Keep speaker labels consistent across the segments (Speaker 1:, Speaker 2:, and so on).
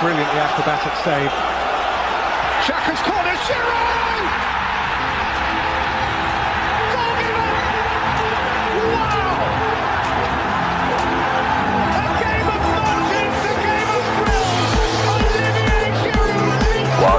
Speaker 1: Brilliantly acrobatic save. Shaka's corner, Shiro! Goalkeeper! Wow! A game of margins, a game of thrills. Olivier Giroud leads
Speaker 2: Wow,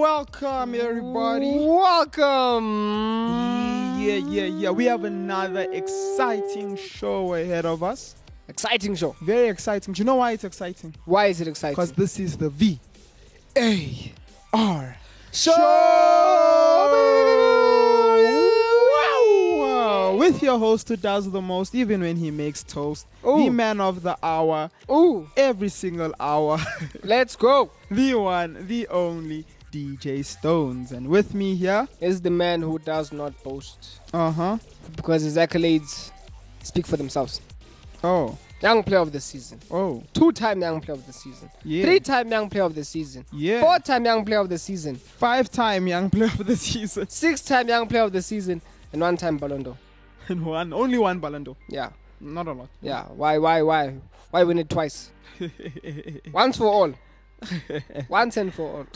Speaker 3: Welcome, everybody.
Speaker 4: Welcome.
Speaker 3: Yeah, yeah, yeah. We have another exciting show ahead of us.
Speaker 4: Exciting show.
Speaker 3: Very exciting. Do you know why it's exciting?
Speaker 4: Why is it exciting?
Speaker 3: Because this is the V A R
Speaker 4: show.
Speaker 3: Wow. With your host who does the most, even when he makes toast, the
Speaker 4: Ooh.
Speaker 3: man of the hour,
Speaker 4: Ooh,
Speaker 3: every single hour,
Speaker 4: let's go.
Speaker 3: the one, the only DJ Stones. And with me here,
Speaker 4: Is the man who does not boast
Speaker 3: uh huh.
Speaker 4: because his accolades speak for themselves.
Speaker 3: Oh,
Speaker 4: Young player of the season,
Speaker 3: oh,
Speaker 4: two-time young player of the season,
Speaker 3: yeah.
Speaker 4: three-time young player of the season,
Speaker 3: yeah.
Speaker 4: four-time young player of the season,
Speaker 3: Five time young player of the season.
Speaker 4: six-time young player of the season, and one-time Ballon d'Or.
Speaker 3: And one, only one Ballon d'Or.
Speaker 4: Yeah,
Speaker 3: Not a lot.
Speaker 4: yeah. Why, why, why? Why win it twice? Once for all. Once and for all.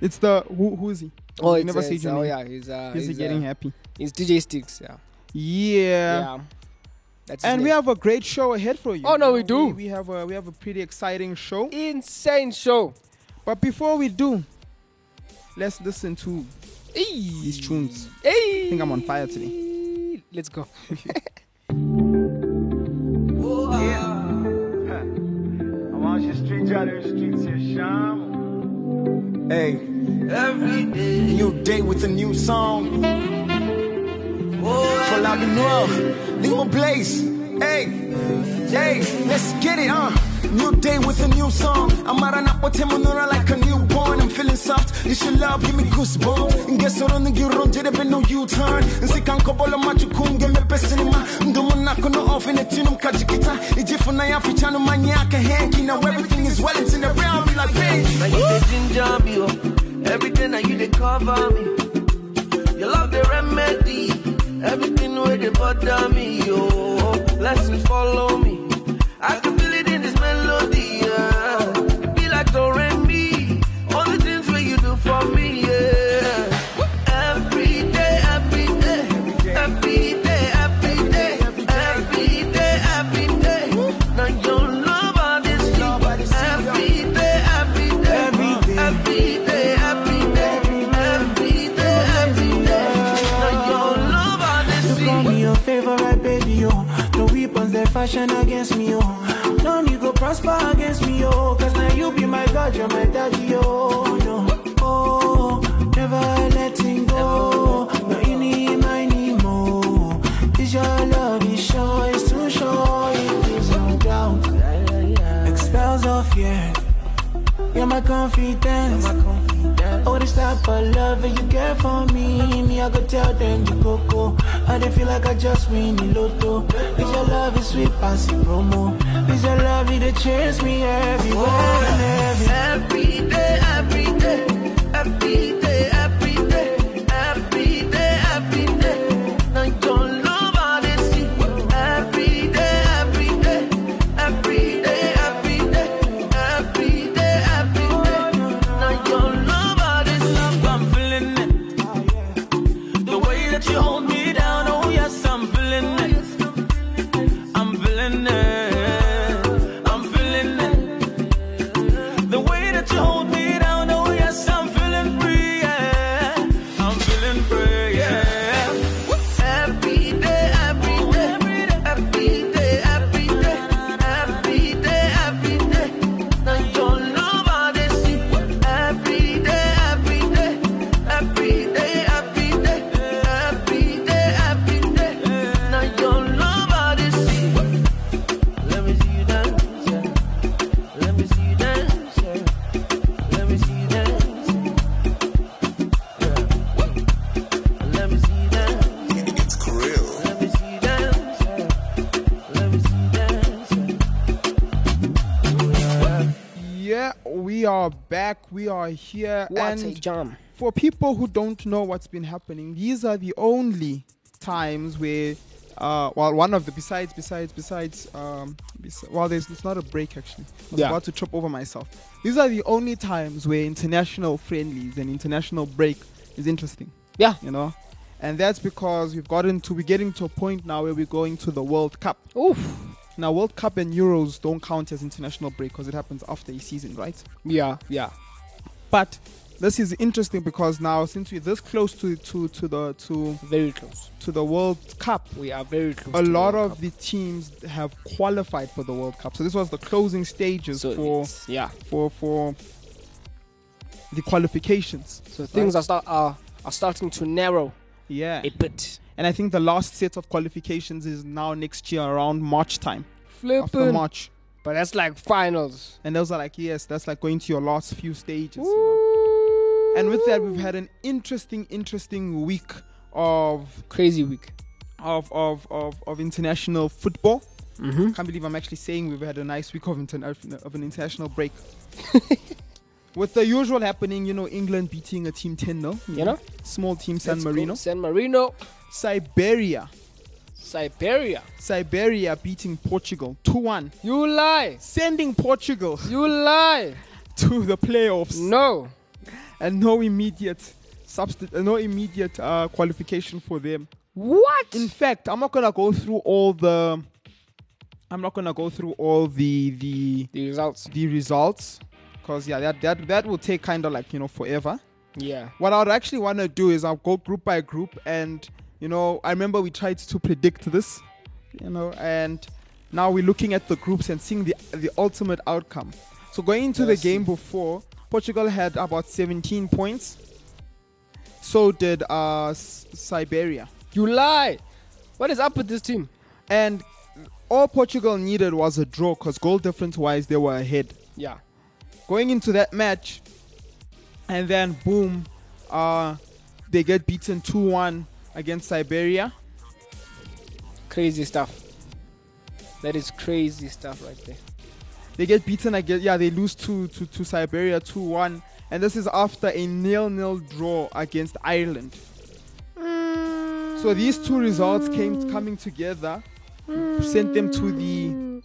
Speaker 3: It's the who, who is he?
Speaker 4: Oh,
Speaker 3: You
Speaker 4: it's,
Speaker 3: never
Speaker 4: uh,
Speaker 3: see
Speaker 4: it's,
Speaker 3: Jimmy.
Speaker 4: Oh, yeah, he's uh,
Speaker 3: is he
Speaker 4: he's,
Speaker 3: getting
Speaker 4: uh,
Speaker 3: happy?
Speaker 4: he's DJ Sticks. Yeah,
Speaker 3: Yeah.
Speaker 4: yeah. That's his
Speaker 3: And we
Speaker 4: name.
Speaker 3: have a great show ahead for you.
Speaker 4: Oh, no, we do.
Speaker 3: We, have a we have a pretty exciting show.
Speaker 4: insane show.
Speaker 3: But before we do, let's listen to these
Speaker 4: Mm.
Speaker 3: tunes.
Speaker 4: Hey,
Speaker 3: think I'm on fire today.
Speaker 4: Let's go.
Speaker 5: I'm out your streets, out of the streets, your sham.
Speaker 6: Hey, new day with a new song. For la Noir, Lima Blaze. Hey, hey, let's get it, uh. New day with a new song. I'm out on up Nura like a newborn. I'm feeling soft. You should love, give me goosebumps. And guess what? I'm you run to the bend, no U turn. And see, can't couple of match, you couldn't get me best cinema. And the one knock on the off in the tune, I'm catching guitar. It's just for now, I'm trying to maniac a hanky. Now everything is well, it's in the realm, like, bitch.
Speaker 7: Now you the ginger me, oh. Everything now you the cover me. You love the remedy. Everything where they bother me, oh. Blessings follow me. I can feel it in this melody, yeah. It be like Torrent me. All the things where you do for me, yeah. Every day, every day, every day, every day, every day, every day. Now your love all this love, every day, every day, every day, every day, every day, every day. Now your love all this
Speaker 8: You call me your favorite baby, oh. The weapons they fashion against me, oh. Now you go prosper against me, oh. Cause now you be my god, you're my daddy, oh. No, oh, never letting go. No, you need my Nemo. This your love, is sure, it's too sure. It is no doubt. Expels all fear. You're my confidence. Oh, this type of love that you get for me, me I go tell them you go go. I they feel like I just win the lotto. Cause your love is sweet, pass it promo. Cause your love it they chase me everywhere and every.
Speaker 7: Every day, every day, every day, every day, every day, every day. Now your love I dey see. Every day, every day, every day, every day, every day, every day. Now your love I dey see. I'm feeling it. The way that you hold me down, oh yes, I'm feeling it. I'm feeling it. I'm feeling it. oh,
Speaker 3: Yeah, we are back. We are here.
Speaker 4: What a
Speaker 3: and
Speaker 4: jam.
Speaker 3: for people who don't know what's been happening, these are the only times where, uh, well, one of the besides, besides, besides, um, bes- well, there's it's not a break actually. I was
Speaker 4: Yeah.
Speaker 3: about to trip over myself. These are the only times where international friendlies and international break is interesting.
Speaker 4: Yeah.
Speaker 3: you know, and that's because we've gotten to we're getting to a point now where we're going to the World Cup.
Speaker 4: Oof.
Speaker 3: Now, World Cup and Euros don't count as international break because it happens after a season, right?
Speaker 4: Yeah, yeah.
Speaker 3: But this is interesting because now since we're this close to to, to the to
Speaker 4: Very close.
Speaker 3: to the World Cup,
Speaker 4: We are very close.
Speaker 3: a
Speaker 4: to
Speaker 3: lot of
Speaker 4: World Cup.
Speaker 3: the teams have qualified for the World Cup. So this was the closing stages
Speaker 4: so
Speaker 3: for
Speaker 4: it's- yeah.
Speaker 3: for for the qualifications.
Speaker 4: So things are start are, are starting to narrow
Speaker 3: Yeah.
Speaker 4: a bit.
Speaker 3: and I think the last set of qualifications is now next year around March time. After
Speaker 4: Flipping.
Speaker 3: March.
Speaker 4: But that's like finals.
Speaker 3: And those are like, yes, that's like going to your last few stages. You know? And with that, we've had an interesting, interesting week of
Speaker 4: Crazy week.
Speaker 3: of of of, of international football.
Speaker 4: Mm-hmm.
Speaker 3: I can't believe I'm actually saying we've had a nice week of, interna- of an international break. With the usual happening, you know, England beating a team 10 0.
Speaker 4: You know?
Speaker 3: Small team San
Speaker 4: Let's go.
Speaker 3: Marino.
Speaker 4: San Marino.
Speaker 3: Siberia.
Speaker 4: Siberia.
Speaker 3: Siberia beating Portugal 2 1.
Speaker 4: You lie.
Speaker 3: Sending Portugal
Speaker 4: You lie.
Speaker 3: to the playoffs.
Speaker 4: No.
Speaker 3: and no immediate substi- uh, no immediate uh, qualification for them.
Speaker 4: What?
Speaker 3: In fact, I'm not gonna go through all the. I'm not gonna go through all the the
Speaker 4: the results.
Speaker 3: the results, cause yeah, that that that will take kind of like you know forever.
Speaker 4: Yeah.
Speaker 3: What I would actually want to do is I'll go group by group, and you know I remember we tried to predict this, you know, and now we're looking at the groups and seeing the the ultimate outcome. So going into the
Speaker 4: Let's see.
Speaker 3: game before, Portugal had about 17 points. So did uh, S- Siberia,
Speaker 4: You lie. What is up with this team?
Speaker 3: and all Portugal needed was a draw, cause goal difference wise they were ahead.
Speaker 4: Yeah.
Speaker 3: going into that match, and then boom, uh, they get beaten 2 1 against Siberia.
Speaker 4: Crazy stuff. That is crazy stuff right there.
Speaker 3: They get beaten again, yeah, they lose to, to, to Siberia 2 1. And this is after a nil nil draw against Ireland. So these two results came coming together, sent them to the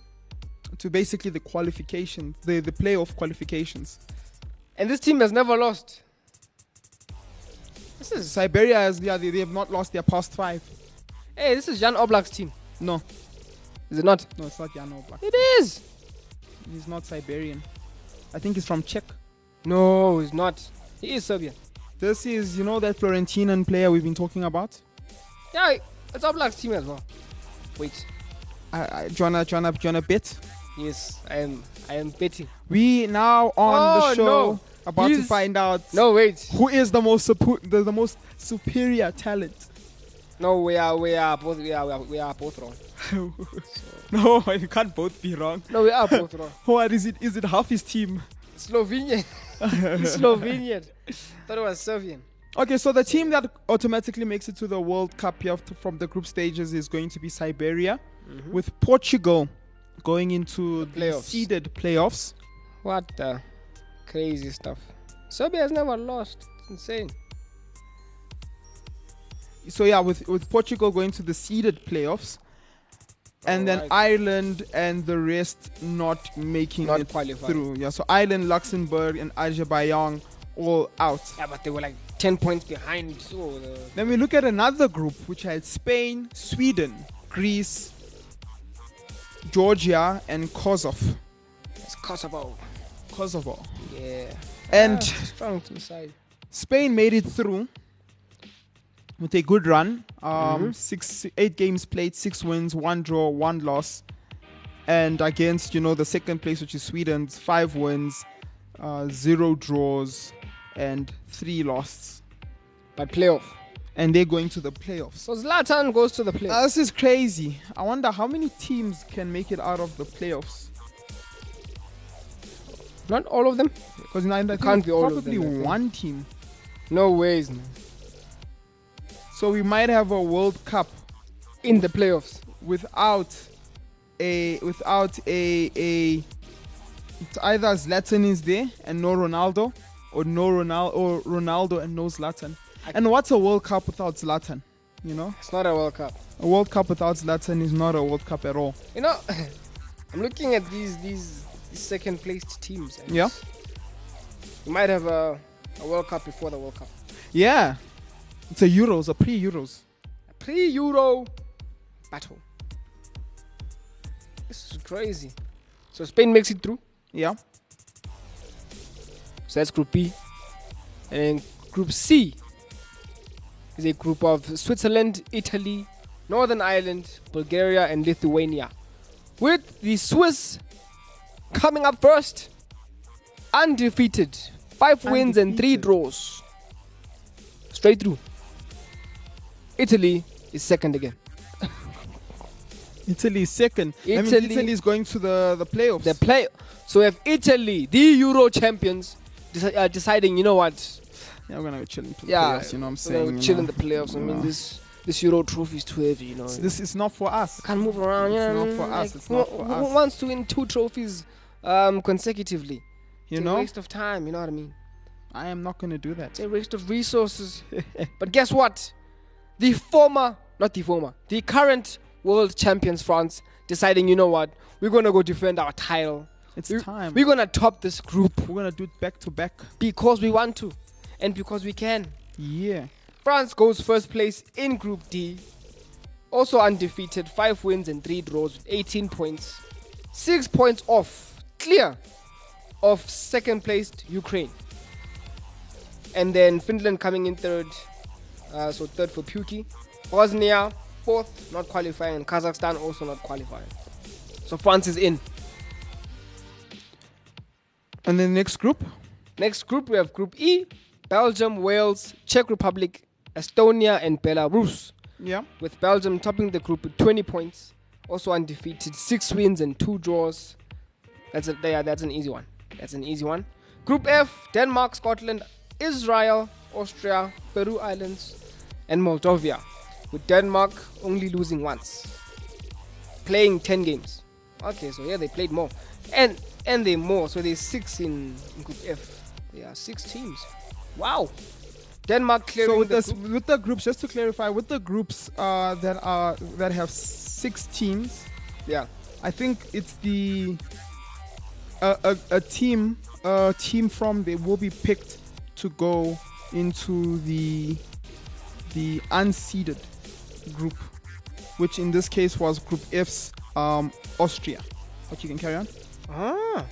Speaker 3: to basically the qualification, the, the playoff qualifications.
Speaker 4: And this team has never lost. This is
Speaker 3: Siberia has yeah, they, they have not lost their past five.
Speaker 4: hey, this is Jan Oblak's team.
Speaker 3: No,
Speaker 4: Is it not?
Speaker 3: no, it's not Jan Oblak.
Speaker 4: It is.
Speaker 3: He's not Siberian. I think he's from Czech.
Speaker 4: No, it's not. He is Serbian.
Speaker 3: This is, you know, that Florentinian player we've been talking about.
Speaker 4: Yeah, it's Oblak's team as well. Wait.
Speaker 3: I, I, Joanna, Joanna, Joanna Bit.
Speaker 4: Yes, I am. I am betting.
Speaker 3: We now on the
Speaker 4: Oh,
Speaker 3: show
Speaker 4: no.
Speaker 3: about to
Speaker 4: He's-
Speaker 3: find out
Speaker 4: No, wait.
Speaker 3: who is the most supu- the, the most superior talent.
Speaker 4: No, we are. We are both. We are. We are, we are both wrong.
Speaker 3: No, you can't both be wrong.
Speaker 4: No, we are both wrong.
Speaker 3: What is it? Is it half his team?
Speaker 4: Slovenian. He's Slovenian. Thought it was Serbian.
Speaker 3: Okay, so the team that automatically makes it to the World Cup here f- from the group stages is going to be Siberia, with Portugal going into Mm-hmm. the,
Speaker 4: playoffs.
Speaker 3: seeded playoffs.
Speaker 4: What the crazy stuff? Serbia has never lost. It's insane.
Speaker 3: so yeah, with with Portugal going to the seeded playoffs, and then
Speaker 4: Alright.
Speaker 3: Ireland and the rest not making
Speaker 4: Not
Speaker 3: it
Speaker 4: qualified.
Speaker 3: through. Yeah, so Ireland, Luxembourg, and Azerbaijan all out.
Speaker 4: Yeah, but they were like ten points behind. So uh, the,
Speaker 3: Then we look at another group which had Spain, Sweden, Greece, Georgia, and Kosovo.
Speaker 4: it's Kosovo.
Speaker 3: Kosovo.
Speaker 4: Yeah.
Speaker 3: And
Speaker 4: Ah, strong two side.
Speaker 3: Spain made it through with a good run.
Speaker 4: Mm-hmm.
Speaker 3: Um, six, eight games played, six wins, one draw, one loss, and against you know the second place, which is Sweden's five wins, uh, zero draws, and three losses,
Speaker 4: But playoff.
Speaker 3: and they're going to the playoffs.
Speaker 4: So Zlatan goes to the playoff.
Speaker 3: Now, this is crazy. I wonder how many teams can make it out of the playoffs.
Speaker 4: Not all of them.
Speaker 3: Because I think
Speaker 4: can't be all of them,
Speaker 3: probably
Speaker 4: I think.
Speaker 3: one team.
Speaker 4: No ways, man.
Speaker 3: So we might have a World Cup
Speaker 4: In the playoffs.
Speaker 3: without a without a a it's either Zlatan is there and no Ronaldo, or no Ronaldo or Ronaldo and no Zlatan. And what's a World Cup without Zlatan? You know,
Speaker 4: It's not a World Cup.
Speaker 3: a World Cup without Zlatan is not a World Cup at all.
Speaker 4: You know, I'm looking at these these, these second placed teams. and
Speaker 3: Yeah.
Speaker 4: You might have a, a World Cup before the World Cup.
Speaker 3: Yeah, it's a Euros, a pre-Euros.
Speaker 4: A pre-Euro battle. This is crazy. So Spain makes it through.
Speaker 3: Yeah,
Speaker 4: So that's Group B. And then Group C is a group of Switzerland, Italy, Northern Ireland, Bulgaria, and Lithuania. With the Swiss coming up first, undefeated. Five wins and three
Speaker 3: Undefeated.
Speaker 4: draws. Straight through. Italy is second again.
Speaker 3: Italy is second. I mean,
Speaker 4: Italy-
Speaker 3: Italy is going to the the playoffs.
Speaker 4: The play. So if Italy, the Euro champions, deci- are deciding, you know what,
Speaker 3: yeah, we're gonna go chill into the
Speaker 4: Yeah,
Speaker 3: playoffs. You know what I'm
Speaker 4: So they
Speaker 3: saying?
Speaker 4: were
Speaker 3: you
Speaker 4: chill in
Speaker 3: know.
Speaker 4: the playoffs. I mean,
Speaker 3: Yeah.
Speaker 4: this this Euro trophy is too heavy, you know.
Speaker 3: This is not for us.
Speaker 4: Can't move around.
Speaker 3: It's
Speaker 4: yeah,
Speaker 3: not
Speaker 4: mm,
Speaker 3: for us,
Speaker 4: like,
Speaker 3: it's not
Speaker 4: who-
Speaker 3: for
Speaker 4: who
Speaker 3: us.
Speaker 4: wants to win two trophies um, consecutively?
Speaker 3: You
Speaker 4: it's a
Speaker 3: know,
Speaker 4: waste of time. You know what I mean?
Speaker 3: I am not gonna do that.
Speaker 4: It's a waste of resources. but guess what? The former, not the former, the current world champions France deciding. You know what? We're gonna go defend our title.
Speaker 3: It's
Speaker 4: We-
Speaker 3: time.
Speaker 4: We're gonna top this group
Speaker 3: We're gonna do it back to back.
Speaker 4: because we want to, and because we can.
Speaker 3: Yeah.
Speaker 4: France goes first place in Group D, also undefeated, five wins and three draws with 18 points, six points off, clear of second placed Ukraine. And then Finland coming in third, uh, so third for Puki. Bosnia, fourth, not qualifying, and Kazakhstan also not qualifying. So France is in.
Speaker 3: And the next group,
Speaker 4: Next group, we have Group E Belgium, Wales, Czech Republic, Estonia, and Belarus.
Speaker 3: yeah,
Speaker 4: with Belgium topping the group with 20 points, also undefeated, six wins and two draws. That's a, yeah, that's an easy one. That's an easy one. Group F: Denmark, Scotland, Israel, Austria, Peru Islands, and Moldova. With Denmark only losing once, playing 10 games. Okay, so yeah, they played more, and and they more. So there's six in, in Group F. There are six teams. Wow. Denmark clearing
Speaker 3: So with
Speaker 4: the
Speaker 3: the s-
Speaker 4: group.
Speaker 3: with the groups, just to clarify, with the groups uh, that are that have six teams,
Speaker 4: Yeah.
Speaker 3: I think it's the a, a, a team a team from they will be picked to go into the the unseeded group, which in this case was Group F's um, Austria. But you can carry on.
Speaker 4: Ah.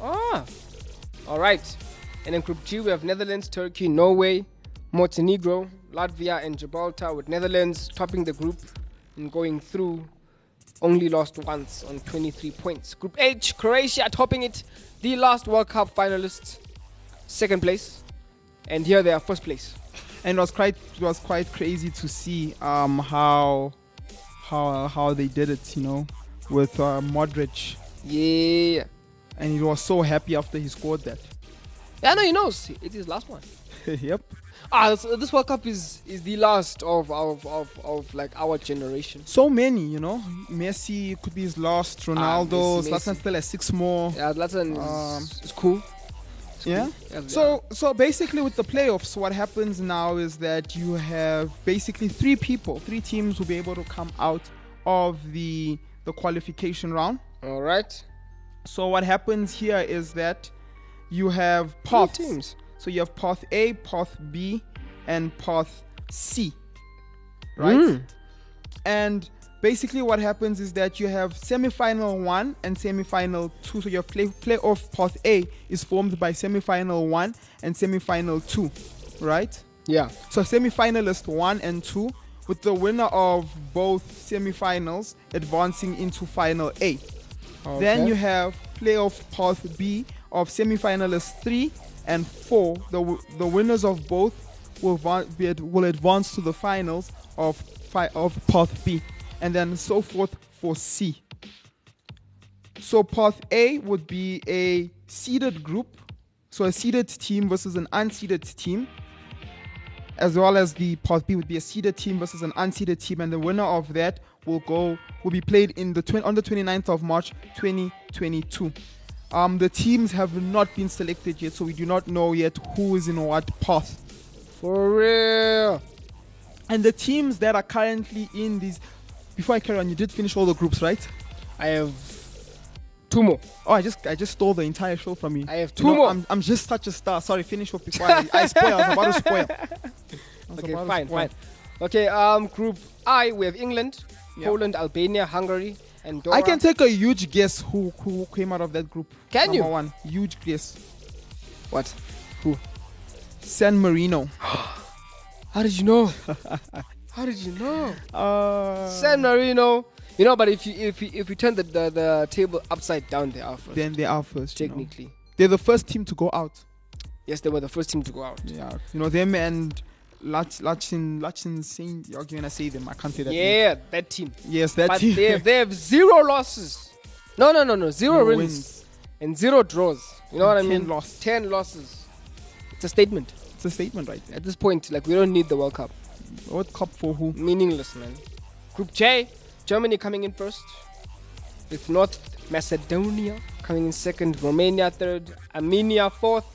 Speaker 4: Ah. All right. And in Group G, we have Netherlands, Turkey, Norway, Montenegro, Latvia, and Gibraltar, with Netherlands topping the group and going through. Only lost once on 23 points. Group H, Croatia topping it, the last World Cup finalists, second place. And here they are, first place.
Speaker 3: and it was quite it was quite crazy to see um how how how they did it you know with uh, Modric
Speaker 4: Yeah.
Speaker 3: and he was so happy after he scored that
Speaker 4: Yeah, no, he knows. It is last one.
Speaker 3: yep
Speaker 4: Ah, so this World Cup is, is the last of, of, of, of like our generation.
Speaker 3: so many you know Messi could be his last Ronaldo
Speaker 4: Ah, Messi,
Speaker 3: Zlatan
Speaker 4: Messi.
Speaker 3: still has six more
Speaker 4: Yeah, Zlatan
Speaker 3: Um,
Speaker 4: is, is cool. It's
Speaker 3: yeah?
Speaker 4: cool.
Speaker 3: so so basically with the playoffs what happens now is that you have basically three people three teams will be able to come out of the the qualification round
Speaker 4: all right.
Speaker 3: So what happens here is that you have paths.
Speaker 4: teams.
Speaker 3: So you have path A, path B, and path C. Right? And basically what happens is that you have semifinal 1 and semifinal 2. So your play playoff path A is formed by semifinal 1 and semifinal 2, right?
Speaker 4: Yeah.
Speaker 3: So semi-finalist 1 and 2 with the winner of both semi-finals advancing into final A. Then you have playoff path B of semi-finalists 3 and 4. The, w- the winners of both will, va- be ad- will advance to the finals of, fi- of path B and then so forth for C. So path A would be a seeded group, so a seeded team versus an unseeded team as well as the part B would be a seeded team versus an unseeded team, and the winner of that will go will be played in the twen- on the 29th of March 2022. Um, the teams have not been selected yet, so we do not know yet who is in what path.
Speaker 4: For real.
Speaker 3: And the teams that are currently in these. Before I carry on, you did finish all the groups, right?
Speaker 4: I have two more.
Speaker 3: Oh, I just I just stole the entire show from you.
Speaker 4: I have
Speaker 3: You
Speaker 4: two
Speaker 3: know,
Speaker 4: more.
Speaker 3: I'm, I'm just such a star. Sorry, finish up before I, I spoil. I was about to spoil. I was
Speaker 4: Okay,
Speaker 3: about to
Speaker 4: fine,
Speaker 3: spoil.
Speaker 4: fine. Okay, um, Group I, we have England,
Speaker 3: Yeah.
Speaker 4: Poland, Albania, Hungary, and Dora.
Speaker 3: I can take a huge guess who who came out of that group.
Speaker 4: Can
Speaker 3: Number
Speaker 4: you?
Speaker 3: one, huge guess.
Speaker 4: What?
Speaker 3: San Marino.
Speaker 4: How did you know? How did you know?
Speaker 3: Uh,
Speaker 4: San Marino. You know, but if you if you, if you turn the, the, the table upside down, they are first.
Speaker 3: then they are first. you know.
Speaker 4: technically,
Speaker 3: They're the first team to go out.
Speaker 4: yes, they were the first team to go out.
Speaker 3: Yeah, you know them and Lach Lachin Lachin Saint. You're gonna say them. I can't say that. name.
Speaker 4: yeah, that team.
Speaker 3: Yes, that
Speaker 4: but
Speaker 3: team.
Speaker 4: they have, they have zero losses. No, no, no, no, zero
Speaker 3: No
Speaker 4: wins,
Speaker 3: wins.
Speaker 4: and zero draws. You know what I
Speaker 3: And 10
Speaker 4: mean?
Speaker 3: loss.
Speaker 4: Ten losses. It's a statement.
Speaker 3: It's a statement right there.
Speaker 4: At this point, like we don't need the World Cup.
Speaker 3: What cup for who?
Speaker 4: meaningless, man. Group J, Germany coming in first. With North Macedonia coming in second, Romania third, Armenia fourth,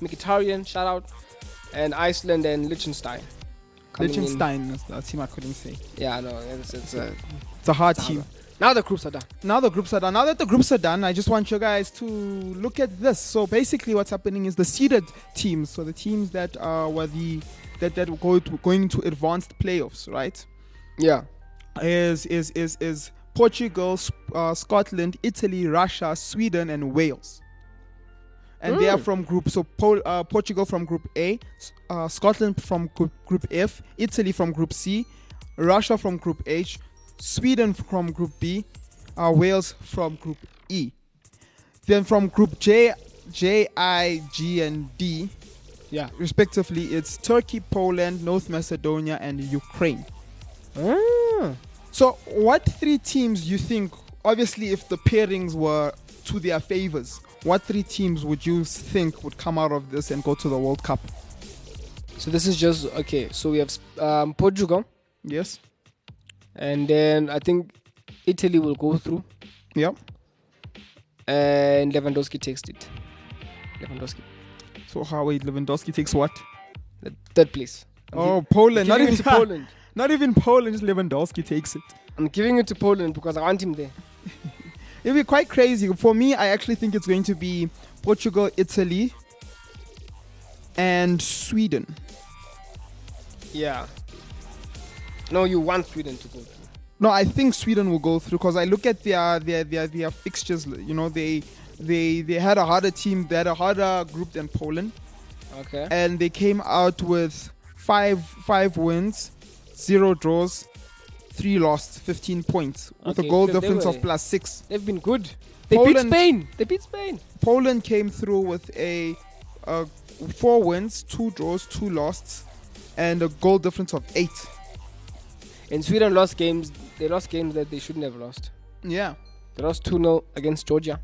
Speaker 4: Mkhitaryan, shout out, and Iceland and Liechtenstein. coming in.
Speaker 3: Liechtenstein. That's the team I couldn't say.
Speaker 4: Yeah, no, it's, it's uh,
Speaker 3: It's a hard
Speaker 4: It's a
Speaker 3: team.
Speaker 4: now the groups are done.
Speaker 3: now the groups are done. Now that the groups are done, I just want you guys to look at this. So basically, what's happening is the seeded teams, so the teams that uh, were the that that were go to, going to advanced playoffs, right?
Speaker 4: Yeah.
Speaker 3: Is is is is Portugal, S- uh, Scotland, Italy, Russia, Sweden, and Wales. And they are from group so Pol- uh, Portugal from group A, S- uh, Scotland from group, group F, Italy from group C, Russia from group H, Sweden from group B, uh, Wales from group E. Then from group J, J, I, G, and D,
Speaker 4: Yeah.
Speaker 3: respectively, it's Turkey, Poland, North Macedonia, and Ukraine. So, what three teams you think? Obviously, if the pairings were to their favors, what three teams would you think would come out of this and go to the World Cup?
Speaker 4: So this is just okay. So we have Sp- um, Portugal,
Speaker 3: Yes.
Speaker 4: and then I think Italy will go through,
Speaker 3: Yeah.
Speaker 4: and Lewandowski takes it. Lewandowski,
Speaker 3: So, how wait, Lewandowski takes what?
Speaker 4: the third place. I'm
Speaker 3: Oh, Poland.
Speaker 4: giving
Speaker 3: Not
Speaker 4: it
Speaker 3: even
Speaker 4: to Poland.
Speaker 3: Not even Poland. just Lewandowski takes it.
Speaker 4: I'm giving it to Poland because I want him there.
Speaker 3: It'll be quite crazy. For me, I actually think it's going to be Portugal, Italy, and Sweden.
Speaker 4: Yeah. No, you want Sweden to go through.
Speaker 3: No, I think Sweden will go through because I look at their their their their fixtures. You know, they they they had a harder team, they had a harder group than Poland,
Speaker 4: Okay.
Speaker 3: and they came out with five five wins, zero draws, three lost, fifteen points with a
Speaker 4: Okay,
Speaker 3: goal
Speaker 4: so they
Speaker 3: difference
Speaker 4: were-
Speaker 3: of plus six.
Speaker 4: They've been good. They beat
Speaker 3: Poland-
Speaker 4: Spain. They beat Spain.
Speaker 3: Poland came through with a, a four wins, two draws, two losts, and a goal difference of eight.
Speaker 4: And Sweden lost games. They lost games that they shouldn't have lost.
Speaker 3: Yeah.
Speaker 4: They lost 2 0 against Georgia.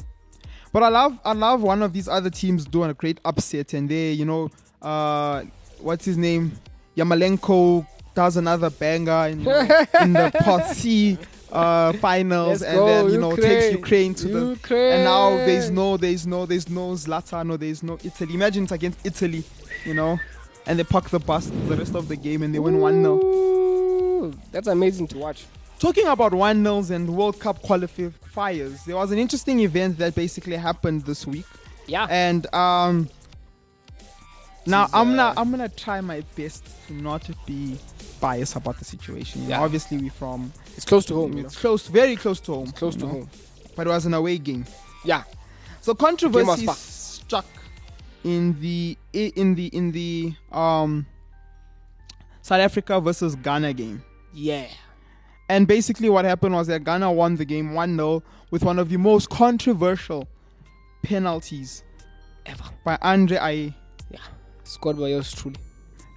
Speaker 3: But I love I love one of these other teams doing a great upset and they, you know, uh what's his name? Yamalenko does another banger in, in the pot C uh finals
Speaker 4: Let's
Speaker 3: and
Speaker 4: go,
Speaker 3: then you know takes Ukraine
Speaker 4: Ukraine.
Speaker 3: to the and now there's no there's no there's no Zlatan or there's no Italy. Imagine it's against Italy, you know, and they park the bus the rest of the game and they win one 0
Speaker 4: Ooh, That's amazing to watch.
Speaker 3: Talking about 1 nils and World Cup qualifiers, there was an interesting event that basically happened this week.
Speaker 4: Yeah.
Speaker 3: And um now I'm
Speaker 4: uh,
Speaker 3: gonna I'm gonna try my best to not be biased about the situation. You know,
Speaker 4: Yeah.
Speaker 3: obviously we're from
Speaker 4: it's close to home. You know.
Speaker 3: it's Mm-hmm. close very close to home.
Speaker 4: Close
Speaker 3: you
Speaker 4: to
Speaker 3: know,
Speaker 4: home.
Speaker 3: But it was an away game.
Speaker 4: Yeah.
Speaker 3: So controversy
Speaker 4: Game was
Speaker 3: struck in the i- in the in the um South Africa versus Ghana game.
Speaker 4: Yeah.
Speaker 3: And basically, what happened was that Ghana won the game 1 0 with one of the most controversial penalties
Speaker 4: Ever.
Speaker 3: by Andre Ayew.
Speaker 4: Scored by yours truly.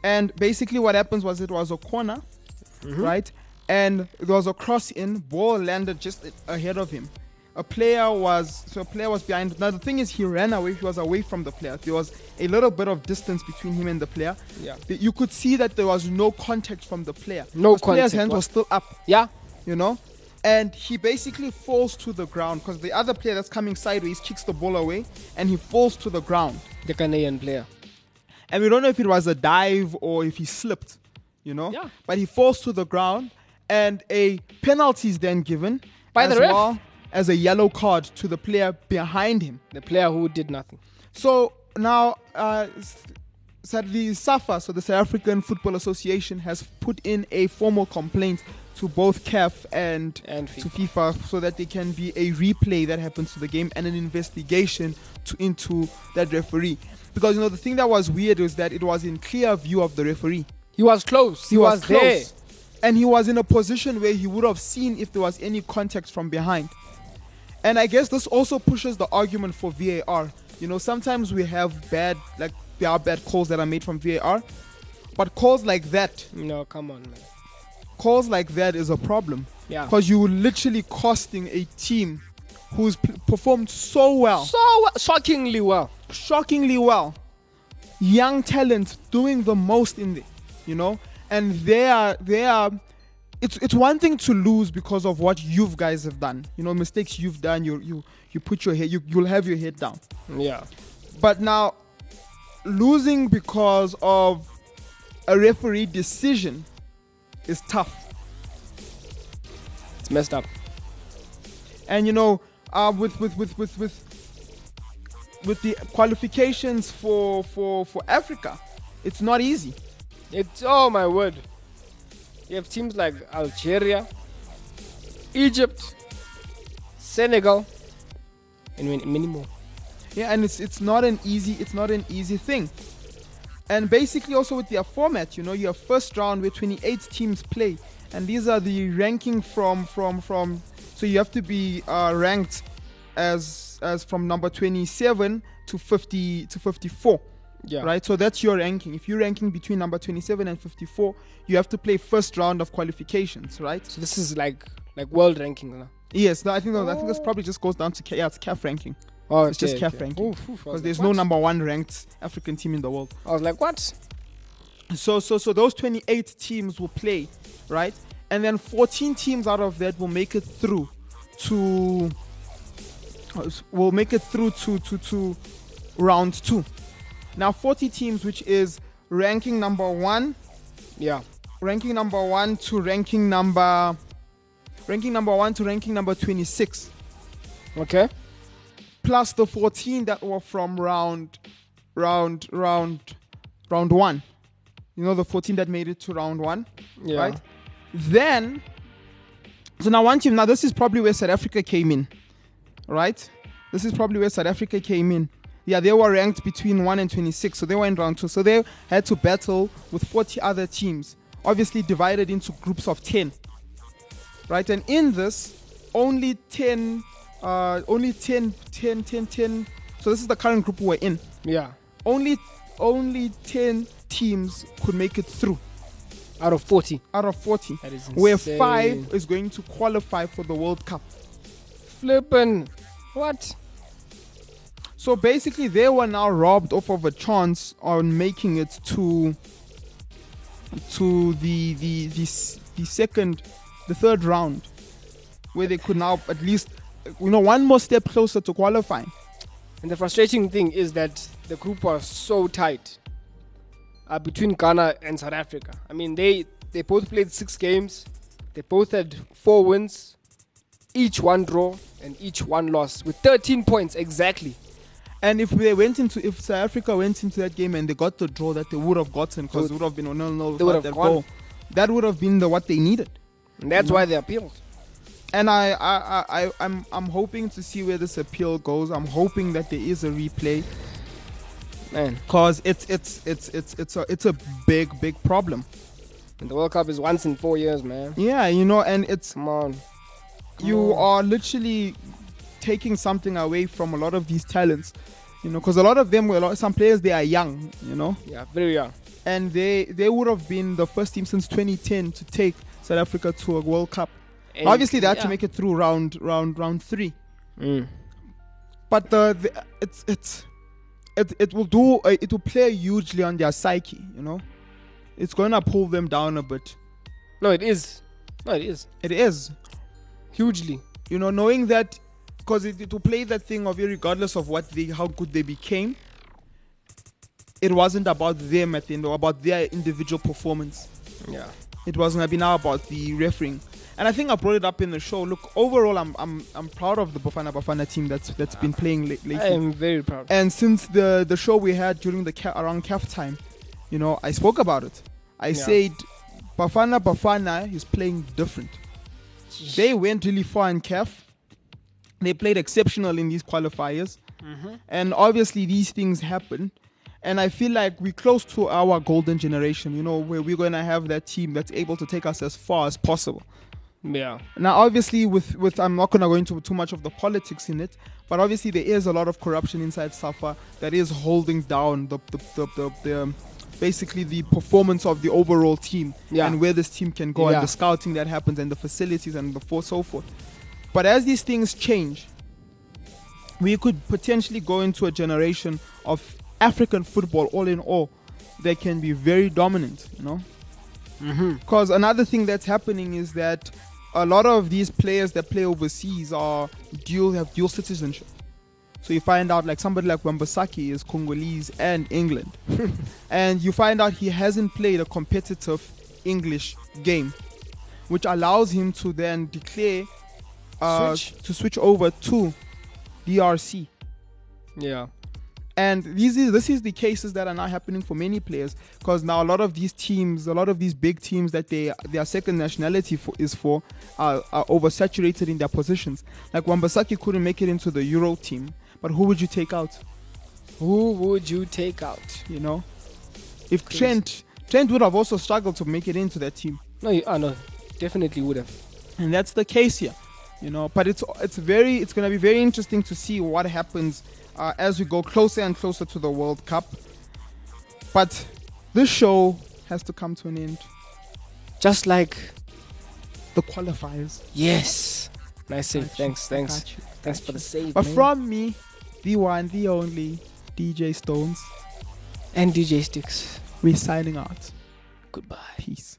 Speaker 3: And basically, what happens was it was a corner,
Speaker 4: Mm-hmm.
Speaker 3: right? And there was a cross in, ball landed just a- ahead of him. A player was so a player was behind. Now the thing is, he ran away. He was away from the player. There was a little bit of distance between him and the player.
Speaker 4: Yeah.
Speaker 3: Th- You could see that there was no contact from the player.
Speaker 4: No
Speaker 3: The player's
Speaker 4: contact
Speaker 3: hands were still up.
Speaker 4: Yeah.
Speaker 3: you know. and he basically falls to the ground because the other player that's coming sideways kicks the ball away and he falls to the ground.
Speaker 4: The Ghanaian player.
Speaker 3: And we don't know if it was a dive or if he slipped, you know?
Speaker 4: Yeah.
Speaker 3: But he falls to the ground and a penalty is then given
Speaker 4: By the
Speaker 3: as
Speaker 4: ref.
Speaker 3: well as a yellow card to the player behind him.
Speaker 4: The player who did nothing.
Speaker 3: So now, uh, s- sadly, SAFA, so the South African Football Association, has put in a formal complaint to both CAF and,
Speaker 4: And
Speaker 3: to FIFA so that there can be a replay that happens to the game and an investigation to, into that referee. Because you know the thing that was weird was that it was in clear view of the referee.
Speaker 4: He was close. He, was, there.
Speaker 3: And he was in a position where he would have seen if there was any contact from behind. And I guess this also pushes the argument for VAR. You know, sometimes we have bad, like, there are bad calls that are made from VAR. But calls like that,
Speaker 4: No, come on, man.
Speaker 3: calls like that is a problem.
Speaker 4: Yeah.
Speaker 3: Because you were literally costing a team who's p- performed so well,
Speaker 4: So well- shockingly well.
Speaker 3: shockingly well, young talent doing the most in there, you know? And they are, they are, it's, it's one thing to lose because of what you guys have done. You know, mistakes you've done, you, you, you put your head, you, you'll have your head down.
Speaker 4: Yeah.
Speaker 3: But now, losing because of a referee decision is tough.
Speaker 4: It's messed up.
Speaker 3: and you know uh, with, with with with with with the qualifications for for for Africa, it's not easy.
Speaker 4: It's oh my word. You have teams like Algeria, Egypt, Senegal, and many, many more.
Speaker 3: Yeah, and it's it's not an easy it's not an easy thing. And basically also with their format, you know, your first round where 28 teams play, and these are the ranking from from from. So you have to be uh, ranked as as from number 27 to 50 to 54.
Speaker 4: Yeah.
Speaker 3: Right, so that's your ranking. If you're ranking between number 27 and 54, you have to play first round of qualifications, right?
Speaker 4: So this is like like world ranking now.
Speaker 3: Yes, no, I think I think this probably just goes down to ca- yeah, it's CAF ranking
Speaker 4: Oh,
Speaker 3: it's just CAF ranking because there's no
Speaker 4: what?
Speaker 3: number one ranked African team in the world.
Speaker 4: I was like, what?
Speaker 3: So so so those 28 teams will play, right? And then 14 teams out of that will make it through to uh, will make it through to to to round two. Now 40 teams, which is ranking number one,
Speaker 4: Yeah.
Speaker 3: ranking number one to ranking number ranking number one to ranking number 26.
Speaker 4: Okay.
Speaker 3: plus the 14 that were from round round round round one you know the 14 that made it to round one
Speaker 4: Yeah.
Speaker 3: right then so now one team now this is probably where south africa came in right this is probably where south africa came in yeah they were ranked between 1 and 26 so they were in round 2 so they had to battle with 40 other teams obviously divided into groups of 10 right and in this only 10 uh only 10 10 10 10 so this is the current group we're in
Speaker 4: Yeah.
Speaker 3: only only 10 teams could make it through
Speaker 4: Out of forty.
Speaker 3: out of 40
Speaker 4: That is
Speaker 3: where
Speaker 4: insane.
Speaker 3: five is going to qualify for the world cup
Speaker 4: Flippin'. What?
Speaker 3: so basically they were now robbed off of a chance on making it to to the the the, s- the second the third round where they could now at least you know one more step closer to qualifying
Speaker 4: And the frustrating thing is that the group was so tight uh, between Ghana and South Africa. I mean, they they both played six games. They both had four wins, each one draw and each one loss, with 13 points exactly.
Speaker 3: And if they went into, if South Africa went into that game and they got the draw that they would have gotten, because it would have been 1 0
Speaker 4: They would
Speaker 3: without
Speaker 4: have
Speaker 3: that
Speaker 4: gone.
Speaker 3: goal, that would have been the what they needed.
Speaker 4: And that's why they appealed.
Speaker 3: And I, I, I, I I'm, I'm hoping to see where this appeal goes. I'm hoping that there is a replay,
Speaker 4: Man,
Speaker 3: because it's, it's, it's, it's, it's a, it's a big, big problem.
Speaker 4: and the World Cup is once in four years, man.
Speaker 3: Yeah, you know, and it's
Speaker 4: Come on.
Speaker 3: you are literally taking something away from a lot of these talents, you know, because a lot of them were, a lot- some players they are young, you know.
Speaker 4: Yeah, very young.
Speaker 3: and they they would have been the first team since 2010 to take South Africa to a World Cup.
Speaker 4: And-
Speaker 3: Obviously, they had
Speaker 4: yeah.
Speaker 3: to make it through round round round three,
Speaker 4: Mm.
Speaker 3: but the, the it's it's it, it will do uh, it will play hugely on their psyche. You know, it's going to pull them down a bit.
Speaker 4: No, it is. No, it is.
Speaker 3: It is.
Speaker 4: Hugely.
Speaker 3: you know, knowing that because it, to play that thing of regardless of what they how good they became, it wasn't about them at the end or about their individual performance.
Speaker 4: Yeah.
Speaker 3: It was gonna be now about the refereeing. And I think I brought it up in the show. Look, overall, I'm I'm, I'm proud of the Bafana Bafana team that's that's been playing late,
Speaker 4: I
Speaker 3: lately.
Speaker 4: am very proud.
Speaker 3: and since the the show we had during the ca- around calf time, you know, I spoke about it. I
Speaker 4: Yeah.
Speaker 3: said, Bafana Bafana is playing different. They went really far in calf. They played exceptional in these qualifiers, and obviously these things happen. And I feel like we're close to our golden generation, you know, where we're gonna have that team that's able to take us as far as possible.
Speaker 4: Yeah.
Speaker 3: Now, obviously, with, with I'm not going to go into too much of the politics in it, but obviously there is a lot of corruption inside SAFA that is holding down the the, the, the, the, um, basically the performance of the overall team
Speaker 4: Yeah.
Speaker 3: and where this team can go
Speaker 4: Yeah.
Speaker 3: and the scouting that happens and the facilities and the for so forth. But as these things change, we could potentially go into a generation of African football, all in all, that can be very dominant. You know. Because another thing that's happening is that a lot of these players that play overseas are dual have dual citizenship. So you find out like somebody like Wambasaki is Congolese and England, and you find out he hasn't played a competitive English game, which allows him to then declare uh,
Speaker 4: Switch.
Speaker 3: to switch over to DRC.
Speaker 4: Yeah.
Speaker 3: And these is this is the cases that are now happening for many players because now a lot of these teams, a lot of these big teams that they their second nationality for, is for are, are oversaturated in their positions. Like Wambasaki couldn't make it into the Euro team, but who would you take out?
Speaker 4: Who would you take out?
Speaker 3: You know, if Trent Trent would have also struggled to make it into that team,
Speaker 4: No, you, ah, no. Definitely would have.
Speaker 3: and that's the case here. You know, but it's it's very it's going to be very interesting to see what happens uh, as we go closer and closer to the World Cup. But this show has to come to an end.
Speaker 4: Just like
Speaker 3: The qualifiers.
Speaker 4: yes. Nice save. Thanks. Thanks.
Speaker 3: Got you.
Speaker 4: Thanks for the save.
Speaker 3: But
Speaker 4: man.
Speaker 3: from me, the one, the only DJ Stones,
Speaker 4: and DJ Sticks.
Speaker 3: we're signing out.
Speaker 4: Goodbye.
Speaker 3: Peace.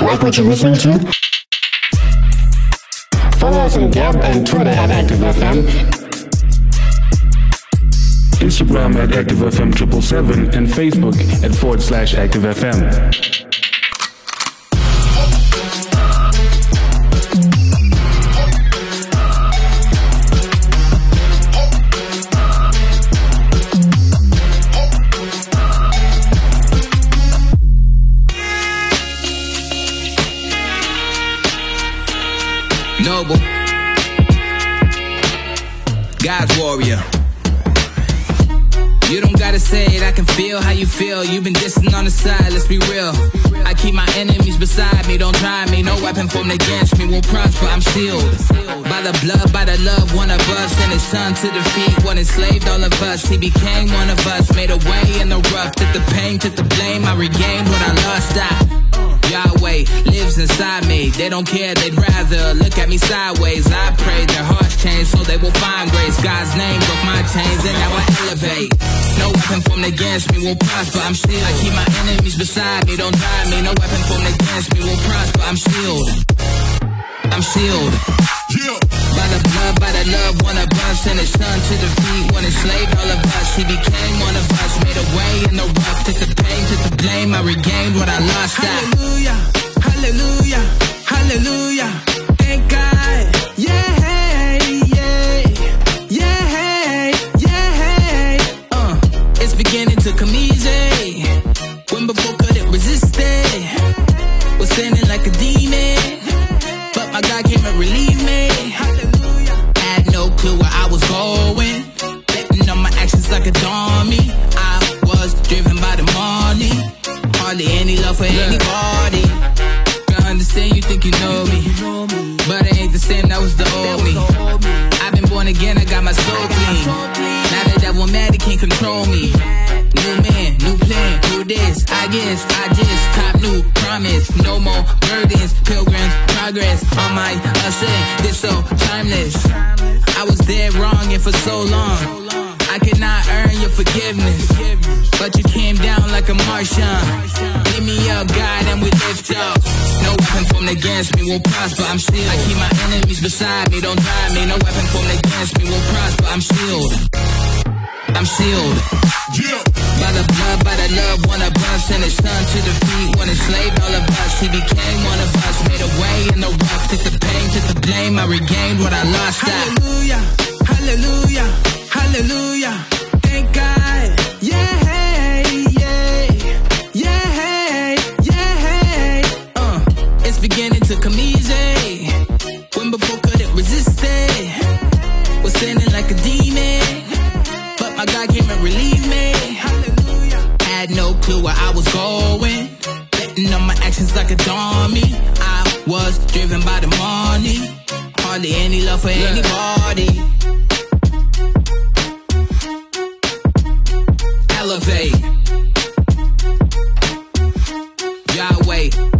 Speaker 9: Like what you're listening to? Follow us on Gab and Twitter at ActiveFM.
Speaker 10: Instagram at ActiveFM triple seven and Facebook at forward slash ActiveFM.
Speaker 11: Noble. God's warrior. You don't gotta say it, I can feel how you feel. You've been dissing on the side, let's be real. I keep my enemies beside me, don't try me. No weapon formed against me will prosper, I'm sealed. By the blood, by the love, one of us, and his son to defeat one enslaved all of us. He became one of us, made a way in the rough. Took the pain, took the blame, I regained what I lost. I Yahweh lives inside me. They don't care, they'd rather look at me sideways. I pray their hearts change so they will find grace. God's name broke my chains and now I elevate. No weapon formed against me will prosper. I'm sealed. I keep my enemies beside me, don't drive me. No weapon formed against me will prosper. I'm sealed. I'm sealed. By the blood, by the love, one of us, and his son to defeat one enslaved all of us. He became one of us, made a way in the rough, took the pain, took the blame. I regained what I lost. I-
Speaker 7: Hallelujah, hallelujah, hallelujah. Thank God. Yeah, yeah, yeah, yeah.
Speaker 11: Uh, it's beginning to come easy. When before couldn't resist it. Was standing like a demon. But my God came and relieved me. Had no clue where I was going. Betting on my actions like a dummy. I was driven by the money. Hardly any love for anybody. I understand you think you know me. But I ain't the same, that was the old me. I've been born again, I got my soul clean. Now that devil mad, he can't control me. New man, new plan, new this. I guess I just cop new promise. No more burdens, pilgrims, progress on my ascent. This so timeless. I was dead wrong and for so long. I could not earn earn your forgiveness. But you came down like a Martian. Give me up, God, and we lift up. No weapon formed against me will prosper. I'm still. I keep my enemies beside me. Don't drive me. No weapon formed against me will prosper. I'm sealed. I'm sealed. By the blood, by the love, one of us, and his son to defeat, one enslaved all of us. He became one of us, made a way in the rough. Took the pain, took the blame. I regained what I lost. Hallelujah, hallelujah, hallelujah. Thank God. Yeah, yeah, yeah, yeah. Uh, it's beginning to come easy. When before couldn't resist it. Was sinning like a demon. But my God came and relieved me. Had no clue where I was going. Betting on my actions like a dummy. I was driven by the money. Hardly any love for anybody. Elevate. Yahweh.